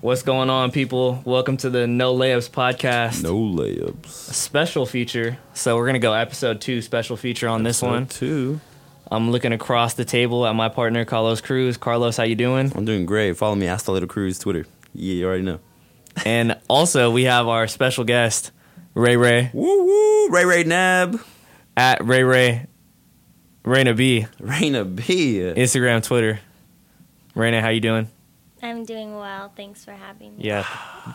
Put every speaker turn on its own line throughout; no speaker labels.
What's going on, people? Welcome to the No Layups podcast.
No layups.
Special feature. So we're gonna go episode two special feature on this one.
two.
I'm looking across the table at my partner Carlos Cruz. Carlos, how you doing?
I'm doing great. Follow me, Ask the Little Cruz Twitter. Yeah, you already know.
and also we have our special guest, Ray Ray
Woo woo. Ray Ray Nab.
at Ray Ray Raina B.
Raina B.
Instagram, Twitter. Raina, how you doing?
I'm doing well. Thanks for having me.
Yeah.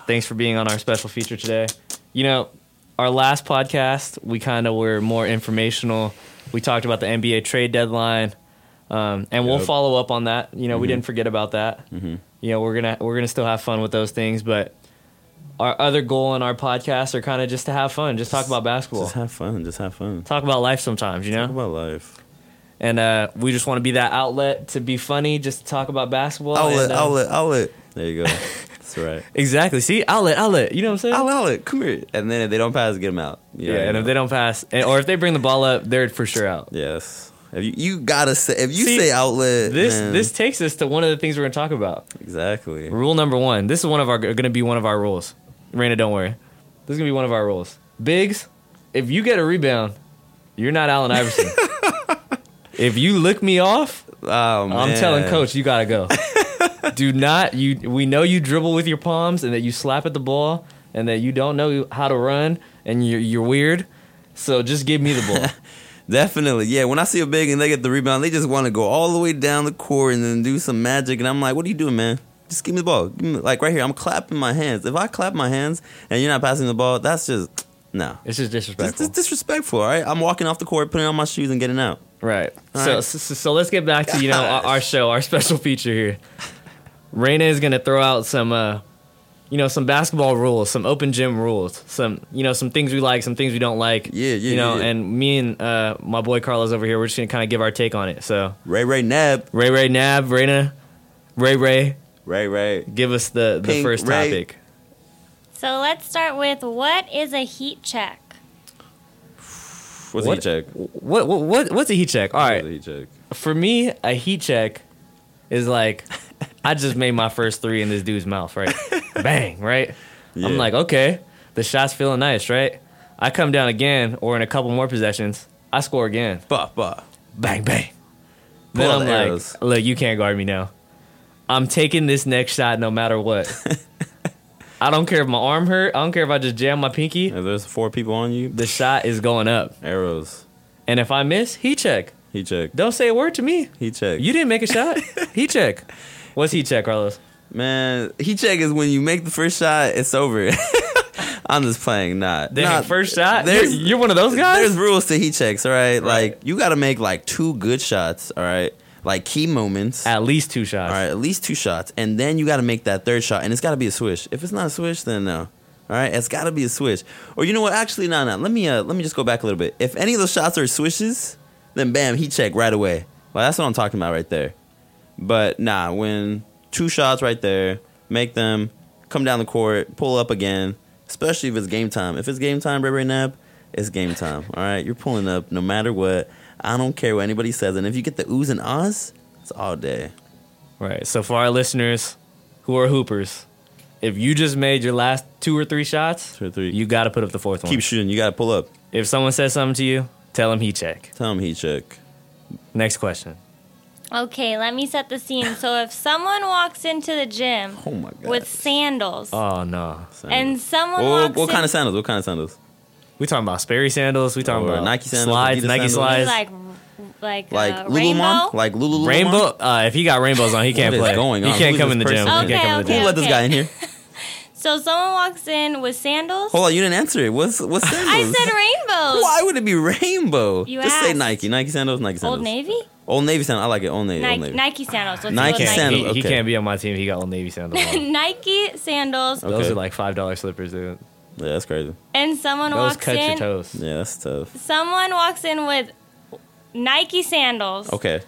Thanks for being on our special feature today. You know, our last podcast, we kind of were more informational. We talked about the NBA trade deadline, um, and we'll
Yep. Mm-hmm.
follow up on that. You know, we didn't forget about that. You know, we're gonna we're gonna still have fun with those things, but our other goal in our podcast are kind of just to have fun, just talk about basketball,
Just have fun. Just have fun.
talk about life sometimes. You know,
Talk about life.
and uh, we just want to be that outlet to be funny, just to talk about basketball.
Outlet,
and, uh,
outlet, outlet. There you go. That's right.
Exactly. See, outlet, outlet. You know what I'm saying?
Outlet, outlet. Come here. And then if they don't pass, get them out. You
Yeah,
already
and if
know.
they don't pass, and, or if they bring the ball up, they're for sure out.
Yes. If you, you gotta say if you
See,
say outlet
This
man,
this takes us to one of the things we're gonna talk about.
exactly
Rule number one. This is one of our gonna be one of our rules. Raina, don't worry. This is gonna be one of our rules. Biggs, if you get a rebound, you're not Allen Iverson. if you lick me off,
oh,
I'm
man.
telling coach you gotta go. Do not you. We know you dribble with your palms and that you slap at the ball and that you don't know how to run and you're you're weird. So just give me the ball.
Definitely, yeah. When I see a big and they get the rebound, they just want to go all the way down the court and then do some magic. And I'm like, what are you doing, man? Just give me the ball. Give me, like right here, I'm clapping my hands. If I clap my hands and you're not passing the ball, that's just no.
It's just
That's
disrespectful.
just disrespectful. All right, I'm walking off the court, putting on my shoes, and getting out.
Right.
All
So,
right.
so so let's get back to you know our, our show, our special feature here. Raina is gonna throw out some, uh, you know, some basketball rules, some open gym rules, some you know some things we like, some things we don't like.
Yeah, yeah,
You know,
yeah, yeah.
and me and uh, my boy Carlos over here, we're just gonna kind of give our take on it. So
Ray Ray Nab.
Ray Ray Nab, Raina, Ray Ray,
Ray Ray.
give us the the
Pink
first
Ray.
topic.
So let's start with what is a heat check?
What-
What's a heat check?
What what, what what's a heat check? All right,
What's a heat check?
for me, a heat check is like I just made my first three in this dude's mouth, right? Bang, right? I'm
Yeah.
like, okay, the shot's feeling nice, right? I come down again, or in a couple more possessions, I score again.
Bah bah.
Bang, bang.
Pull
Then
out
I'm
the
like,
arrows.
look, you can't guard me now. I'm taking this next shot no matter what. I don't care if my arm hurt. I don't care if I just jam my pinky.
If there's four people on you,
The shot is going up.
arrows.
And if I miss, heat check.
Heat check.
Don't say a word to me.
Heat check.
You didn't make a shot. Heat check. What's heat check, Carlos?
Man, heat check is when you make the first shot, it's over. I'm just playing, not.
Dang,
nah,
first shot. You're,
there's-
you're one of those
There's
guys.
rules to heat checks, all right?
Right.
Like you got to make like two good shots, all right? Like key moments.
At least two shots.
all right, at least two shots, and then you got to make that third shot, and it's got to be a swish. If it's not a swish, then no. All right, it's got to be a swish. Or you know what? Actually, no, no. Let me uh, let me just go back a little bit. If any of those shots are swishes, then bam, heat check right away. Well, that's what I'm talking about right there. But nah, when two shots right there, make them come down the court, pull up again, especially if it's game time. If it's game time, Ray Ray Nab, it's game time. All right, you're pulling up no matter what. I don't care what anybody says. And if you get the oohs and ahs, it's all day.
Right. So for our listeners who are hoopers, if you just made your last two or three shots,
Two or three.
you got to put up the fourth one.
Keep shooting. You got to pull up.
if someone says something to you, tell them heat check.
Tell him heat check.
Next question.
Okay, let me set the scene. So if someone walks into the gym
Oh my god.
with sandals
Oh no,
and someone
Well,
walks
what, what
in,
kind of sandals? What kind of sandals?
we talking about Sperry sandals. We talking
Or
about
Nike sandals,
slides,
Adidas
Nike
sandals.
slides,
like like
Like
uh, rainbow.
Lululemon? Like Lululemon?
rainbow. Uh, if he got rainbows on, he can't
is
play.
going
he
on?
can't
Who's
come
this
in the gym.
person?
He can't come in the gym.
Who
Okay, okay.
let this guy in here?
so someone walks in with sandals.
Hold on, you didn't answer it. What's what's sandals?
I said rainbows.
Why would it be rainbow?
You
Just say
asked.
Nike. Nike sandals. Nike sandals.
Old Navy?
Old Navy sandals. I like it. Old Navy. Old
Nike,
Navy.
Nike sandals. Let's
Nike
go with
Can't-
sandals.
he, he
Okay.
can't be on my team. He got old navy sandals. on.
Nike sandals.
Okay.
Those are like five dollar slippers, dude.
Yeah, that's crazy.
And someone
Those
walks
cut your
in
toes.
Yeah, that's tough.
someone walks in with Nike sandals
Okay.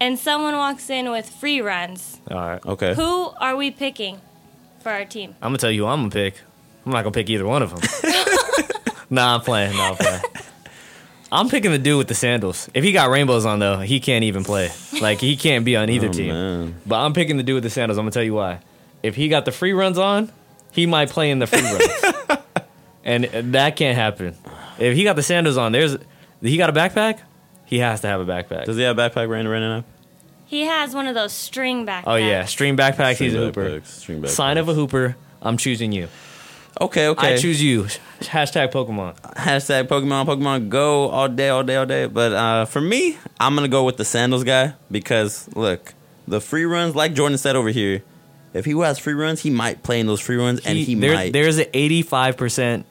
and someone walks in with free runs.
All right.
Okay.
Who are we picking for our team?
I'm gonna tell you who I'm gonna pick. I'm not gonna pick either one of them. nah, I'm playing. Nah, I'm playing. I'm picking the dude with the sandals. If he got rainbows on though, he can't even play. Like he can't be on either
Oh,
team.
man.
But I'm picking the dude with the sandals. I'm gonna tell you why. if he got the free runs on, he might play in the free runs, and uh, that can't happen. If he got the sandals on, there's he got a backpack. He has to have a backpack.
Does he have a backpack right right now?
He has one of those string backpacks.
oh yeah, stream backpack. he's a
String
hooper.
backpacks, string
Sign of a hooper. I'm choosing you.
backpacks. Okay, okay.
I choose you. Hashtag Pokemon.
hashtag Pokemon, Pokemon Go all day, all day, all day. But uh, for me, I'm gonna go with the sandals guy because look, the free runs, like Jordan said over here, if he has free runs, he might play in those free runs, and he
there-
might.
There's an 85 percent,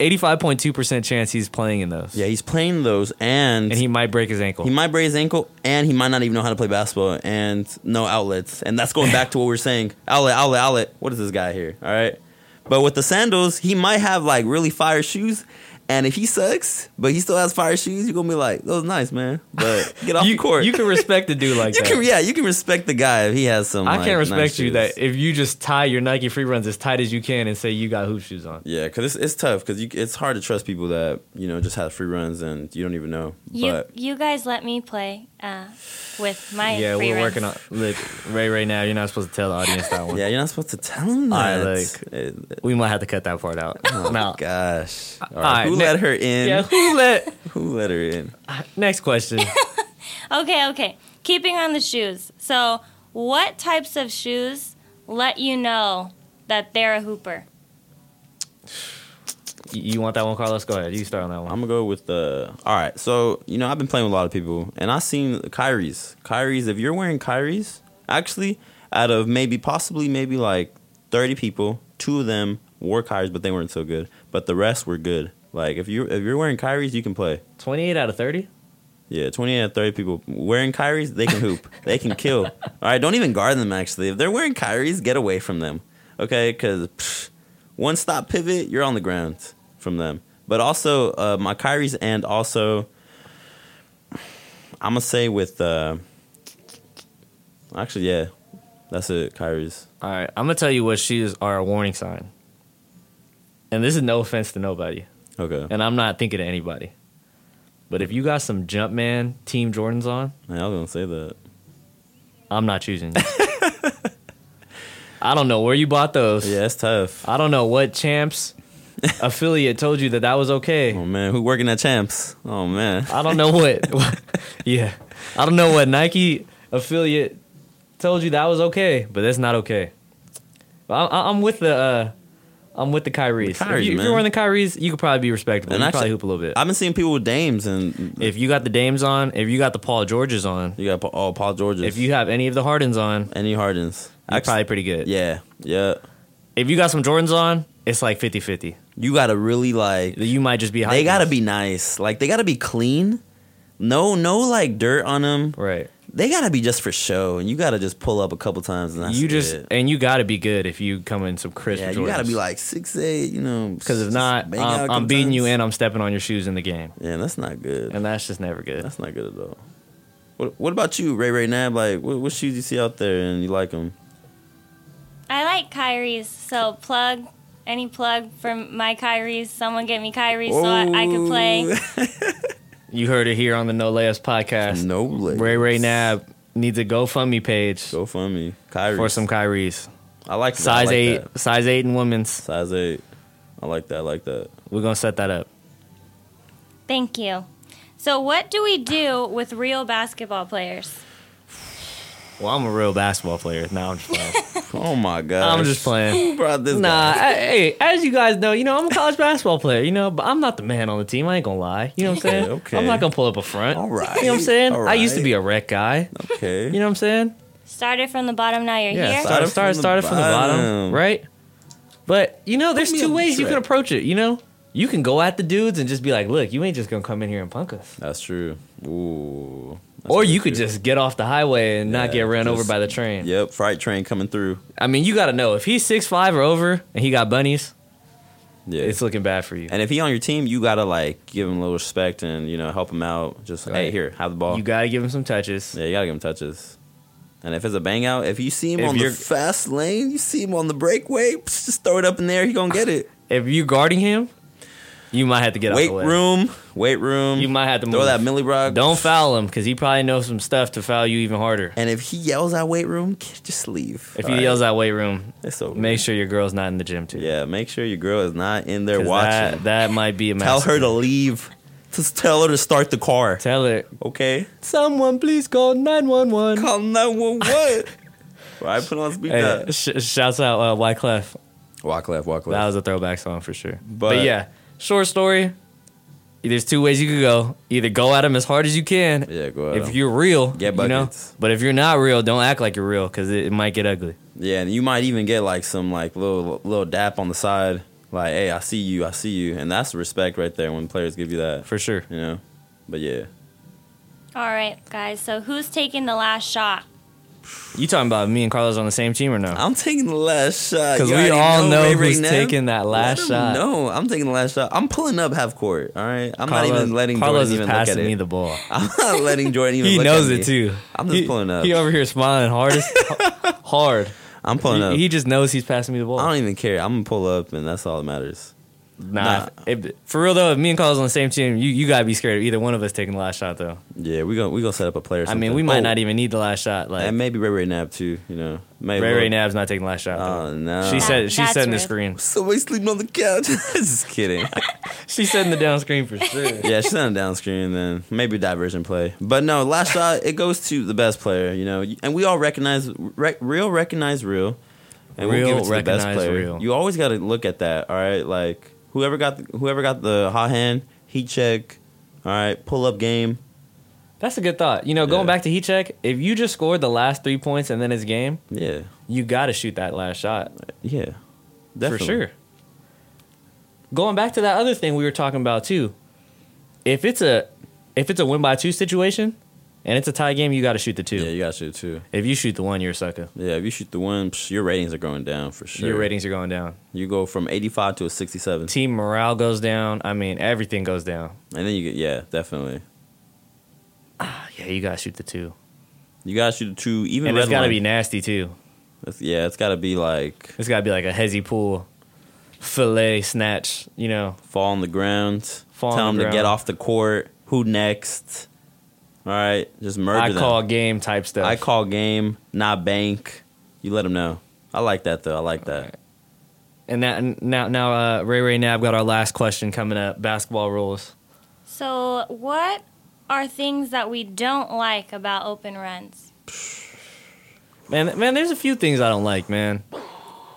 85.2 percent chance he's playing in those.
yeah, he's playing those, and,
and he might break his ankle.
he might break his ankle, and he might not even know how to play basketball, and no outlets, and that's going back to what we are saying: outlet, outlet, outlet. What is this guy here? All right, but with the sandals, he might have like really fire shoes. And if he sucks, but he still has fire shoes, you're gonna be like, "Those nice, man." But get off
you,
the court.
you can respect a dude like
You
that.
can, yeah, you can respect the guy if he has some.
I
like,
can't respect
nice
you
shoes.
that if you just tie your Nike free runs as tight as you can and say you got hoop shoes on.
Yeah, because it's it's tough because it's hard to trust people that you know just have free runs and you don't even know.
You
but
you guys let me play uh, with my
Yeah,
free
we're
runs.
working on look, right right now. You're not supposed to tell the audience that one.
yeah, you're not supposed to tell him
Alright,
that.
like-
It- it-
We might have to cut that part out.
oh
no.
gosh, All right,
Alright,
who
ne-
let her in?
Yeah, who let?
Who let her in?
Next question.
Okay, okay. Keeping on the shoes. So, what types of shoes let you know that they're a hooper?
You- You want that one, Carlos? Go ahead. You start on that
I'm
one.
gonna go with the. All right, so you know I've been playing with a lot of people, and I've seen Kyrie's. Kyrie's. If you're wearing Kyrie's, actually, out of maybe possibly maybe like 30 people, two of them wore Kyrie's, but they weren't so good. But the rest were good. Like if you if you're wearing Kyrie's, you can play.
28 out of 30.
Yeah, 28 out of 30 people wearing Kyrie's, they can hoop. they can kill. All right, don't even guard them, actually. If they're wearing Kyrie's, get away from them. Okay, because one stop pivot, you're on the ground from them. But also, uh, my Kyrie's, and also, I'm going to say with, uh, actually, yeah, that's it, Kyrie's.
All right, I'm gonna tell you what shoes are a warning sign. And this is no offense to nobody,
Okay.
and I'm not thinking of anybody. But if you got some Jumpman Team Jordans on,
Man, I was going to say that.
I'm not choosing you. I don't know where you bought those.
Yeah, it's tough.
I don't know what champs affiliate told you that that was okay.
Oh, man, who working at Champs? Oh, man.
I don't know what, Yeah. I don't know what Nike affiliate told you that was okay, but that's not okay. I, I, I'm with the uh I'm with the Kyrie's.
The Kyries,
if, you, if
man.
you're wearing the Kyrie's, you could probably be respectable.
And
you could
actually-
probably hoop a little bit.
I've been seeing people with dames, and
if you got the Dames on, if you got the Paul Georges on,
you got, Pa- oh, Paul George's.
if you have any of the Hardens on,
Any Hardens.
you're
Actually,
probably pretty good.
yeah, yeah.
If you got some Jordans on, it's like 50-50.
You gotta really like.
You might just be.
They
hyped.
gotta be nice. Like they gotta be clean. No, no, like dirt on them.
right.
They gotta be just for show, and you gotta just pull up a couple times, and that's
you just
it.
and you gotta be good if you come in some crisp.
yeah, you gotta be like six eight, you know.
because if
just
not,
bang out a
I'm,
couple
I'm beating you
times.
and I'm stepping on your shoes in the game,
Yeah, that's not good.
and that's just never good.
That's not good at all. What What about you, Ray Ray Nab? Like, what, what shoes you see out there and you like them?
I like Kyrie's. So, plug any plug from my Kyrie's. Someone get me Kyrie's so I, I could
Oh.
play.
You heard it here on the No Layups podcast.
no legs.
Ray Ray Nab needs a GoFundMe page
Go for me, Kyrie.
for some Kyries,
I like that, I
size
like
eight,
that.
size eight and women's.
Size eight. I like that. I like that.
We're gonna set that up.
Thank you. So, what do we do with real basketball players?
Well, I'm a real basketball player. Now I'm just playing.
Oh my god.
I'm just playing.
Who brought this
Nah,
guy?
I, hey, as you guys know, you know I'm a college basketball player, you know, but I'm not the man on the team. I ain't gonna lie, you know what I'm saying?
Okay, okay.
I'm not gonna pull up a front.
All
you know what I'm saying?
right, all
I used to
right.
be a rec guy.
Okay.
You know what I'm saying?
Started from the bottom, now you're
Yeah,
here.
so-
started started started from the bottom,
bottom.
right? But you know, there's
me
two
on the
ways you can
track.
approach it. You know, you can go at the dudes and just be like, "Look, you ain't just gonna come in here and punk us,"
That's true. Ooh. That's
or
really
you could
true.
just get off the highway and not get
Yeah,
ran over
just-
by the train.
Yep, freight train coming through.
I mean, you gotta know if he's six five or over and he got bunnies,
Yeah.
it's looking bad for you.
and if he on your team, you gotta like give him a little respect and you know help him out. Just hey,
Right.
here, have the ball.
You gotta give him some touches.
yeah, you gotta give him touches. And if it's a bang out, if you see him
If
on the
you're-
fast lane, you see him on the breakaway, psh, just throw it up in there. He gonna get it.
if you guarding him, You might have to get
Weight
out the way.
room, weight room.
You might have to
throw
move.
that Millie Brock.
Don't foul him because he probably knows some stuff to foul you even harder.
And if he yells at weight room, kid, just leave.
If
All
he
right.
yells out weight room,
it's over.
make sure your girl's not in the gym too.
yeah, make sure your girl is not in there
'Cause
watching.
That, that might be a
tell her
massacre.
to leave. Just tell her to start the car.
Tell her.
Okay.
Someone please call nine one one.
Call nine one one. I put on speaker.
Hey, sh- shouts out uh, Wyclef.
Walk left, walk
That was a throwback song for sure. But,
But-
yeah, short story. There's two ways you could go. Either go at him as hard as you can.
yeah, go
If
ahead.
you're real,
Get
you know.
buckets.
But if you're not real, don't act like you're real because it, it might get ugly.
Yeah, and you might even get like some like little little dap on the side, like hey, I see you, I see you, and that's respect right there when players give you that,
For sure.
you know. But yeah,
All right, guys. So who's taking the last shot?
You talking about me and Carlos on the same team or no?
I'm taking the last shot
Because
You
we
already
all know,
Ray
who's
Ricknett.
taking that last shot.
No, I'm taking the last shot. I'm pulling up half court. All right, I'm not even letting
Carlos
Jordan
is
even look
passing
at it.
me the ball.
I'm not letting Jordan even.
He
look
knows
at
it
me.
too.
I'm just
He-
pulling up.
He over here smiling hardest, hard.
I'm pulling
he,
up.
he just knows he's passing me the ball.
I don't even care. I'm gonna pull up, and that's all that matters.
Nah, if- for real though, if me and Carlos on the same team, you, you gotta be scared of either one of us taking the last shot though.
Yeah, we gonna we gonna set up a player.
I mean,
something.
we might
Oh,
not even need the last shot. Like
and maybe Ray Ray Nab too. You know, maybe
Ray Ray Nab's not taking the last shot.
Oh
though.
no,
She
That-
said she's
that's
setting the
rude.
screen.
Somebody sleeping on the couch. Just kidding.
She's setting the down screen for sure.
yeah, she's on a down screen then. Maybe diversion play. But no, last shot, it goes to the best player, you know. And we all recognize, rec- real recognize real. And
Real
we'll give it to the best
recognize
player.
real.
You always got to look at that, all right? Like, whoever got the, whoever got the hot hand, heat check, all right, pull up game.
That's a good thought. You know, going
Yeah.
back to heat check, if you just scored the last three points and then it's game,
Yeah,
you gotta shoot that last shot.
yeah. Definitely.
For sure. Going back to that other thing we were talking about too. If it's a if it's a win by two situation and it's a tie game, you gotta shoot the two.
Yeah, you got to too.
If you shoot the one, you're a sucker.
Yeah, if you shoot the one, psh, your ratings are going down for sure.
Your ratings are going down.
You go from 85 to a 67.
Team morale goes down. I mean, everything goes down.
And then you get, yeah, definitely.
Oh, Yeah, you gotta shoot the two,
You got to shoot the two, even
and
red
it's gotta
line.
be nasty too.
It's- yeah, it's got to be like
It's gotta be like a hezzy pull, fillet snatch. You know,
fall on the ground,
Fall on
tell
the
them to get
ground.
off the court. Who next? All right, just murder
I
them.
call game type stuff.
I call game, not bank. You let them know. I like that though. I like that.
and that and now now uh, Ray Ray Nab got our last question coming up. Basketball rules.
So what are things that we don't like about open runs?
Man, man, there's a few things I don't like, man.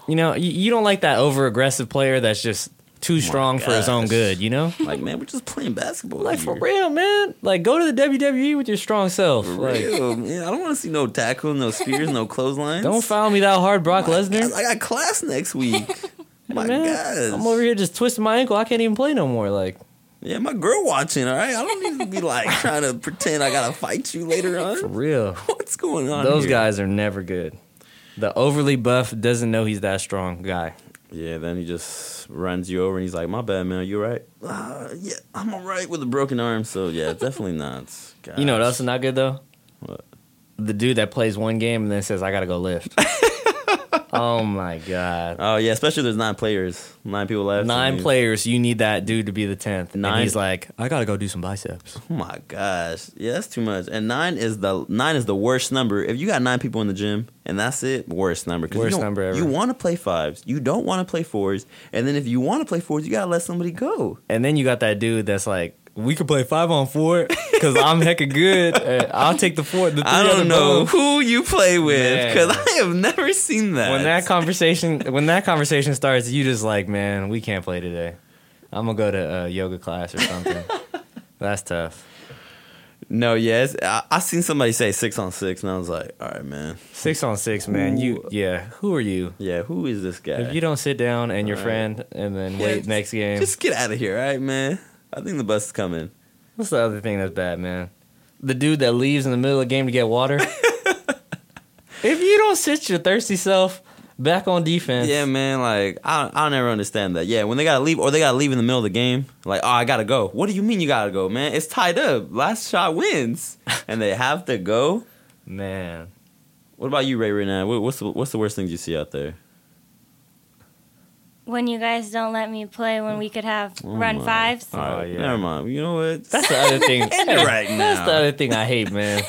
You know, you, you don't like that over aggressive player that's just too strong for his own
gosh.
good. You know,
Like man, we're just playing basketball.
like for
here.
real, man. Like go to the WWE with your strong self.
For
Like
real, man. I don't want to see no tackle, no spears, no clotheslines.
don't foul me that hard, Brock
My
Lesnar.
God, I got class next week. My
Man,
God,
I'm over here just twisting my ankle. I can't even play no more. Like
Yeah, my girl watching. All right, I don't need to be like trying to pretend I gotta fight you later
for
on.
real,
What's going on?
those
here?
guys are never good. The overly buff doesn't know he's that strong guy.
Yeah, then he just runs you over and he's like, "My bad, man. You all right? Uh, yeah, I'm all right with a broken arm. So yeah, definitely not. Gosh.
You know what else is not good though?
What?
The dude that plays one game and then says, "I gotta go lift." oh my god.
Oh yeah, especially if there's nine players, nine people left.
nine
and you-
players. You need that dude to be the tenth.
Nine-
And he's like, I gotta go do some biceps.
Oh my gosh, yeah, that's too much. And nine is the nine is the worst number. If you got nine people in the gym and that's it, worst number. 'Cause you
Worst
don't-
number ever.
You want to play fives. You don't want to play fours. And then if you want to play fours, you gotta let somebody go.
And then you got that dude that's like, we could play five on four because I'm hecka good. Uh, I'll take the four. The three
I
on the
don't know
bone.
who you play with
Man.
because I have never seen that.
When that conversation when that conversation starts, you just like, man, we can't play today. I'm gonna go to a yoga class or something. that's tough.
No, yes. I, I seen somebody say six on six, and I was like, all right, man.
Six on six, man. You yeah. Who are you?
Yeah, who is this guy?
If you don't sit down and your
All right.
friend and then
Yeah,
wait
just-
next game.
Just get out of here, all right, man. I think the bus is coming.
What's the other thing that's bad, man? The dude that leaves in the middle of the game to get water. if you don't sit your thirsty self back on defense,
Yeah, man. Like, I I never understand that. Yeah, when they gotta leave or they gotta leave in the middle of the game, like, oh, I gotta go. What do you mean you gotta go, man? It's tied up. Last shot wins, and they have to go.
man.
What about you, Ray? Right now, what's the, what's the worst things you see out there?
when you guys don't let me play when we could have run
my.
fives.
All right,
Oh, yeah.
never mind. You know what?
That's the other thing.
right
That's
now.
the other thing I hate, man.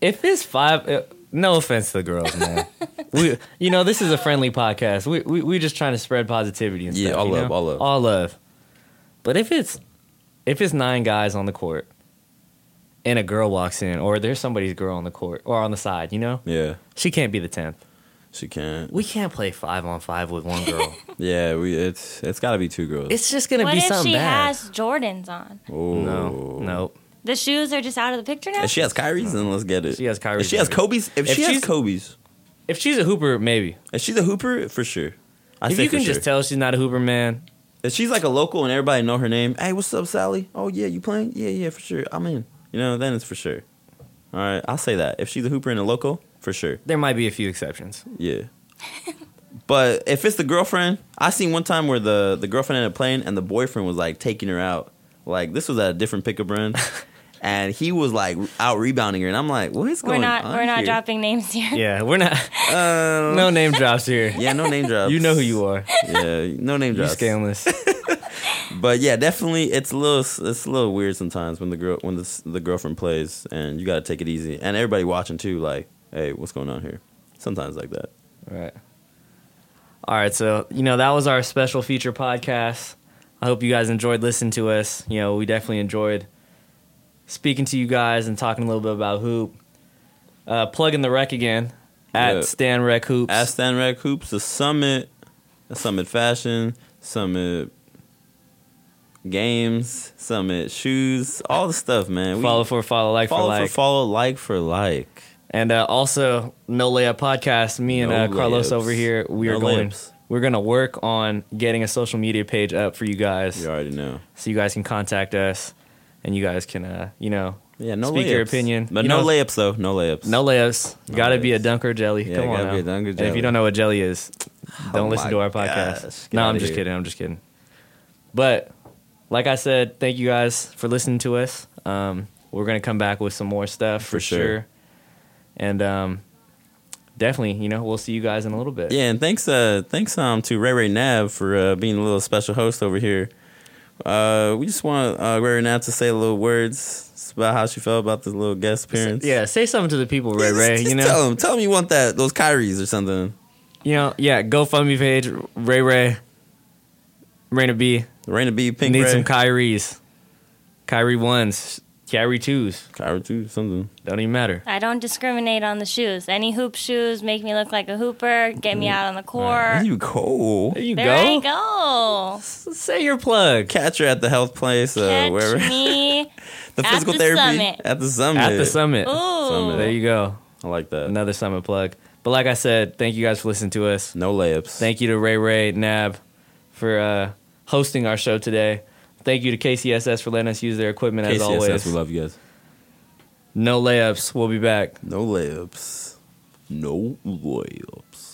if it's five, uh, no offense to the girls, man. We, you know, this is a friendly podcast. We we we just trying to spread positivity and
Yeah,
stuff.
all
you
love,
know?
all love.
all love. But if it's if it's nine guys on the court and a girl walks in, or there's somebody's girl on the court or on the side, you know,
yeah,
she can't be the tenth.
she can't.
We can't play five on five with one girl.
Yeah, we. It's it's got to be two girls.
it's just gonna
What
be
if
something
she
bad.
has Jordans on?
oh.
no, no.
The shoes are just out of the picture now.
If she has Kyrie's, then let's get it.
She has Kyrie's,
If she has
then-
Kobe's, if,
If
she has
she's-
Kobe's,
If she's a hooper, maybe.
if she's a hooper for sure. I
if
say
you
for
can
sure.
just tell she's not a hooper, man,
if she's like a local and everybody know her name. Hey, what's up, Sally? Oh yeah, you playing? Yeah, yeah, for sure. I'm in. You know, then it's for sure. All right, I'll say that. If she's a hooper and a local, for sure.
there might be a few exceptions.
Yeah. but if it's the girlfriend, I seen one time where the the girlfriend ended up playing and the boyfriend was like taking her out. Like this was at a different pickup run. And he was like out rebounding her, and I'm like, "What is
we're
going
not
on
we're not
here?
dropping names here.
Yeah, we're not.
Um,
No name drops here.
yeah, no name drops.
You know who you are.
Yeah, no name
You
drops.
scandalous.
But yeah, definitely, it's a little it's a little weird sometimes when the girl when the the girlfriend plays, and you got to take it easy, and everybody watching too. Like, hey, what's going on here? Sometimes like that.
right. All right. So you know that was our special feature podcast. I hope you guys enjoyed listening to us. You know we definitely enjoyed speaking to you guys and talking a little bit about hoop. Uh, plugging the rec again at
Yeah.
Stan Rec Hoops.
At Stan Rack Hoops, the Summit, the Summit Fashion, Summit Games, Summit Shoes, all the stuff, man. We-
follow for follow, like
follow
for like.
follow, like for like.
And uh, also, No Layup Podcast. Me and
No
uh, Carlos
layups.
over here. We
No
are going.
layups.
We're gonna work on getting a social media page up for you guys,
You already know.
so you guys can contact us, and you guys can, uh, you know,
Yeah, no
Speak
layups.
your opinion.
but
You
no
know-
layups though. No layups.
no layups.
No
gotta be a
layups.
dunk or jelly.
Yeah,
Come on,
gotta
now.
be a dunk
And
or
if
jelly.
you don't know what jelly is, don't
Oh
listen
my
to our
gosh,
podcast.
get
no, I'm
outta
just
here.
kidding. I'm just kidding. But like I said, thank you guys for listening to us. Um, we're gonna come back with some more stuff for,
For sure.
sure. and um, definitely, you know, we'll see you guys in a little bit.
Yeah, and thanks, uh, thanks um to Ray Ray Nav for uh, being a little special host over here. Uh, we just want uh, Ray Ray Nav to say a little words about how she felt about this little guest appearance.
Yeah, say something to the people, Ray
Just-
Ray.
just
You know,
tell them, tell them you want that those Kyries or something.
you know, yeah. GoFundMe page, Ray Ray, Raina B.
Raina B, Pink
need
Ray,
some Kyries, Kyrie ones, Kyrie twos.
Kyrie too, something.
Don't even matter.
I don't discriminate on the shoes. Any hoop shoes make me look like a hooper. Get me out on the court.
you cool?
There you
There
go.
I go.
S- Say your plug
Catch her at the health place, uh, wherever
Catch me.
the
at
physical
the
therapy
summit.
at the summit.
at the summit.
Ooh.
There you go.
I like that.
Another summit plug. But like I said, thank you guys for listening to us.
No layups.
Thank you to Ray Ray Nab for uh, hosting our show today. Thank you to KCSS for letting us use their equipment as
KCSS,
always.
we love you guys.
no layups. We'll be back.
No layups. No layups.